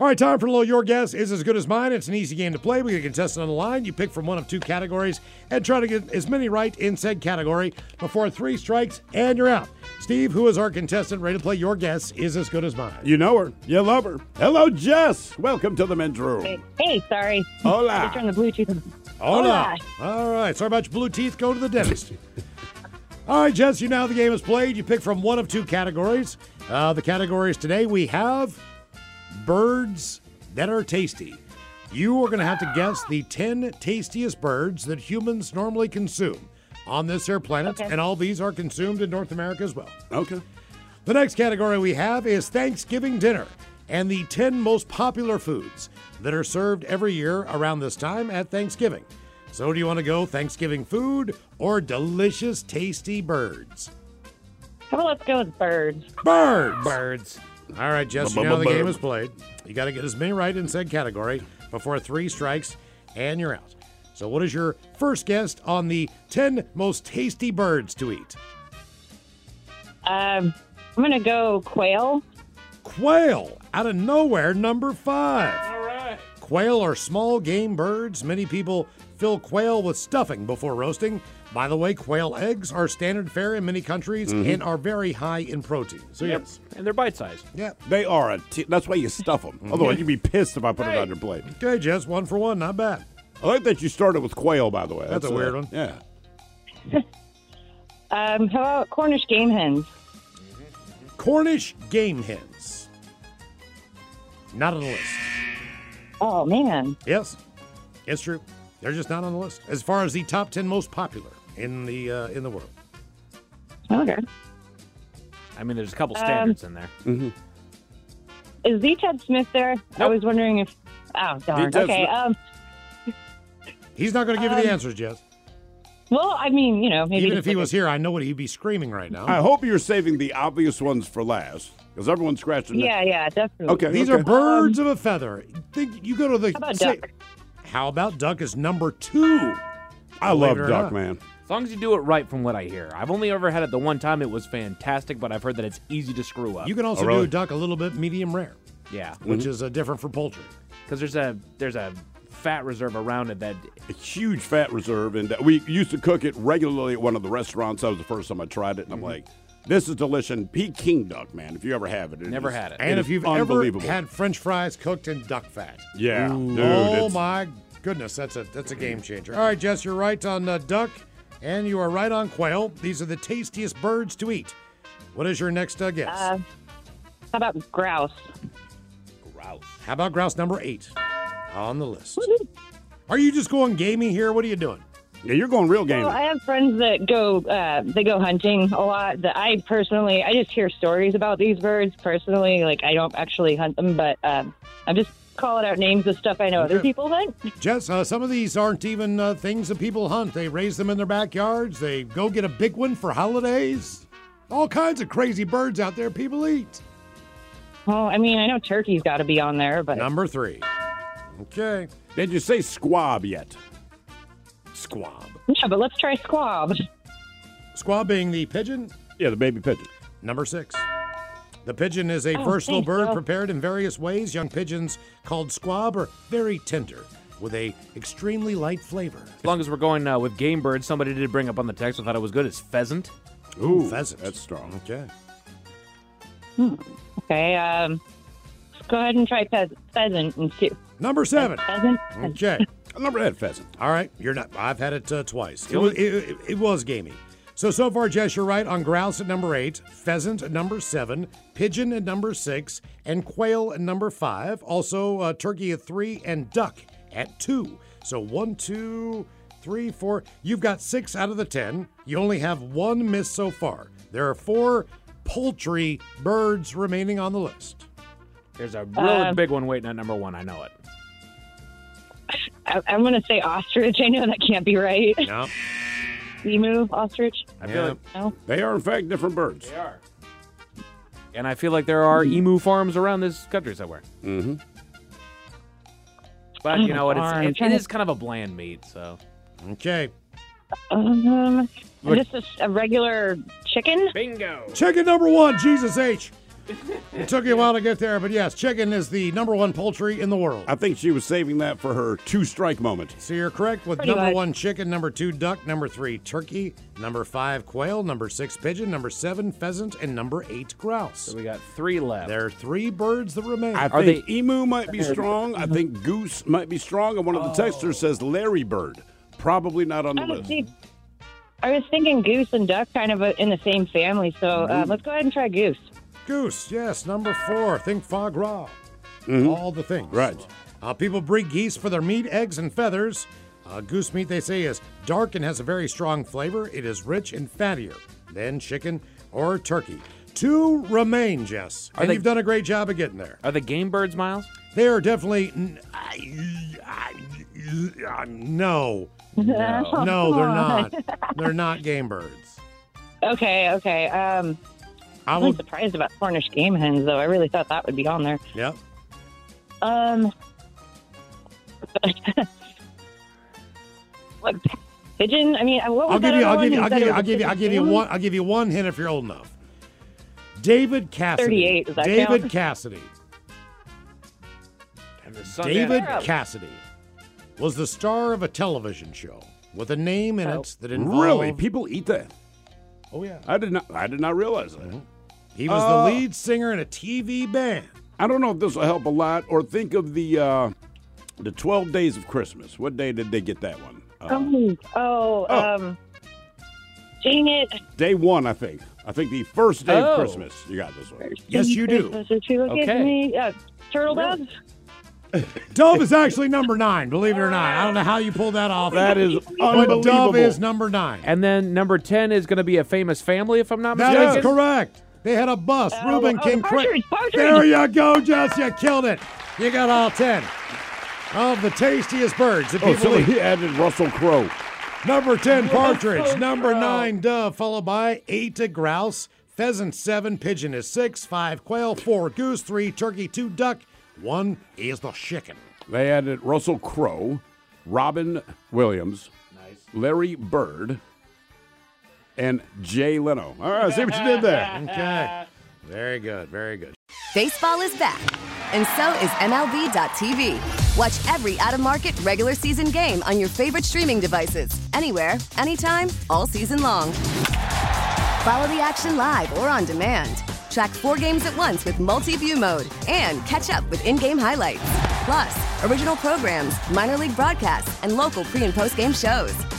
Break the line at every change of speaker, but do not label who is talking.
All right, time for a little. Your guess is as good as mine. It's an easy game to play. We get a contestant on the line. You pick from one of two categories and try to get as many right in said category before three strikes and you're out. Steve, who is our contestant ready to play? Your guess is as good as mine.
You know her. You love her. Hello, Jess. Welcome to the men's room.
Hey, sorry. I turned
Hola.
the Bluetooth on.
Hola. Oh, All right. Sorry about your blue teeth. Go to the dentist. All right, Jess. You know how the game is played. You pick from one of two categories. Uh, the categories today we have birds that are tasty. You are going to have to guess the 10 tastiest birds that humans normally consume on this here planet,
Okay.
and all these are consumed in North America as well.
Okay.
The next category we have is Thanksgiving dinner and the 10 most popular foods that are served every year around this time at Thanksgiving. So, do you want to go Thanksgiving food or delicious, tasty birds?
How about let's go with birds?
Birds. Birds. All right, Jess, you know how the
Ba-ba-ba-bird.
game is played. You got to get as many right in said category before three strikes and you're out. So, what is your first guess on the 10 most tasty birds to eat?
Um, I'm going to go quail.
Quail, out of nowhere, number five. All right. Quail are small game birds. Many people fill quail with stuffing before roasting. By the way, quail eggs are standard fare in many countries and are very high in protein. So, yes.
and they're bite sized.
Yeah.
They are a. T- that's why you stuff them.
Mm-hmm.
Otherwise, you'd be pissed if I put it on your plate.
Okay, Jess, one for one, not bad.
I like that you started with quail, by the way.
That's a weird one.
Yeah.
Um, how about Cornish game hens?
Cornish game hens. Not on the list.
Oh, man.
Yes, it's true. They're just not on the list as far as the top ten most popular in the uh, in the world.
Okay.
I mean, there's a
Um,
couple standards in there.
Is Z Ted Smith there? I was wondering if. Oh, darn.
Ted
Okay.
Smith.
Um,
He's not going to give you the answers, Jess.
well, I mean, you know, maybe.
Even if he
just-
was here, I know what he'd be screaming right now.
I hope you're saving the obvious ones for last because everyone's scratching. their-
Yeah, yeah, definitely.
Oh, Okay. Um,
These are birds of a feather. Think you go to the.
How about duck?
How about duck is number two.
I love
Believe it or
duck,
not.
man.
As long as you do it right, from what I hear. I've only ever had it the one time. It was fantastic, but I've heard that it's easy to screw up.
You can also
Oh, really? Mm-hmm.
do a duck a little bit medium rare,
yeah,
which is uh, different for poultry.
because there's a there's a fat reserve around it that
A huge fat reserve, and we used to cook it regularly at one of the restaurants. That was the first time I tried it,
Mm-hmm.
and I'm like, "This is delicious." Peking duck, man. If you ever have it, it
Never
is-
had it.
And
is
if you've ever
unbelievable.
had French fries cooked in duck fat,
yeah, dude,
oh
it's-
my goodness, that's a that's a game changer. All right, Jess, you're right on uh, duck, and you are right on quail. These are the tastiest birds to eat. What is your next uh, guess?
Uh, how about grouse?
How about grouse number eight on the list? Are you just going gamey here? What are you doing?
Yeah, you're going real game.
Well, I have friends that go uh, they go hunting a lot. That I personally, I just hear stories about these birds personally. Like I don't actually hunt them, but um, I'm just calling out names of stuff I know other
Okay.
people hunt.
Jess, uh, some of these aren't even uh, things that people hunt. They raise them in their backyards. They go get a big one for holidays. All kinds of crazy birds out there people eat.
Well, I mean, I know turkey's got to be on there, but
Number three. Okay.
Did you say squab yet?
Squab.
yeah. But let's try squab.
Squab being the pigeon.
Yeah, the baby pigeon.
Number six. The pigeon is a
Oh,
versatile
thanks,
bird
Bill.
prepared in various ways. Young pigeons called squab are very tender with a extremely light flavor.
As long as we're going uh, with game bird, somebody did bring up on the text. I thought it was good. It's pheasant.
Ooh, pheasant.
That's strong.
Okay.
Okay, um, let's go ahead and try pheas- pheasant and see.
Number seven.
Pheasant?
Okay.
I never had pheasant.
All right, you're not. I've had it uh, twice. It was, it, it, it was gamey. So so far, Jess, you're right on grouse at number eight, pheasant at number seven, pigeon at number six, and quail at number five. Also uh, turkey at three and duck at two. So one, two, three, four. You've got six out of the ten. You only have one miss so far. There are four poultry birds remaining on the list.
There's a really
Um,
big one waiting at number one. I know it.
I- I'm going to say ostrich. I know that can't be right.
No.
Emu, ostrich?
I feel like
No?
They are in fact different birds.
are. And I feel like there are emu farms around this country somewhere.
Mm-hmm.
But you know what?
Farm.
It's, it, it is kind of a bland meat, so.
Okay.
Um, just a, a regular chicken?
Bingo!
Chicken number one, Jesus H. It took you a while to get there, but yes, chicken is the number one poultry in the world.
I think she was saving that for her two strike moment.
So you're correct with
Pretty
number
much.
one chicken, number two duck, number three turkey, number five quail, number six pigeon, number seven pheasant, and number eight grouse.
So we got three left.
There are three birds that remain.
I
Are
think emu might be strong. I think goose might be strong. And one of the texters says Larry Bird. Probably not on the
I don't
list.
see. I was thinking goose and duck kind of uh in the same family, so uh, let's go ahead and try goose.
Goose, yes, number four. Think foie gras. All the things.
Right.
Uh, people breed geese for their meat, eggs, and feathers. Uh, goose meat, they say, is dark and has a very strong flavor. It is rich and fattier than chicken or turkey. Two remain, Jess. And
they-
you've done a great job of getting there.
Are the game birds, Miles?
They are definitely. n- I- I- I- no.
No.
No, they're not. They're not game birds.
Okay, okay. Um,
I
I'm
will.
surprised about Cornish game hens, though. I really thought that would be on there.
Yep.
Um, what pigeon? I mean,
Oh,
what was
I'll
that
give you.
other
I'll
one?
give you. I'll
said
give you.
it was
I'll give you.
a
I'll give you
pigeon?
one. I'll give you one hint if you're old enough. David Cassidy.
38, does that
David
count?
Cassidy.
And the sun
David
dad.
Cassidy was the star of a television show with a name in
Oh.
it that involved.
Really? People eat that.
Oh yeah.
I did not I did not realize that.
He was
Oh.
the lead singer in a TV band.
I don't know if this will help a lot. Or think of the uh, the twelve days of Christmas. What day did they get that one? Uh,
Oh, oh,
Oh.
um, dang it!
Day one, I think. I think the first day
Oh.
of Christmas. You got this one.
Yes, you do.
Those are two locations.
Okay.
Me. Uh, turtle doves.
Dove is actually number nine. Believe it or not, I don't know how you pulled that off.
That is
But
unbelievable.
Dove is number nine.
And then number 10 is going to be a famous family, if I'm not
That is
mistaken.
correct. They had a bus.
Oh,
Reuben
oh,
King.
partridge,
Cra-
partridge.
There you go, Jess. You killed it. You got all ten of the tastiest birds that
Oh,
people
so
eat.
he added Russell Crowe.
Number ten, partridge.
Oh, so
Number
proud.
nine, dove. Followed by eight to grouse. Pheasant seven, pigeon is six, five quail, four goose, three turkey, two duck, one is the chicken.
They added Russell Crowe, Robin Williams, Larry Bird, and Jay Leno. All right, see what you did there.
Okay, very good, very good.
Baseball is back, and so is MLB.tv. Watch every out of market regular season game on your favorite streaming devices, anywhere, anytime, all season long. Follow the action live or on demand. Track four games at once with multi view mode and catch up with in game highlights. Plus, original programs, minor league broadcasts, and local pre and post game shows.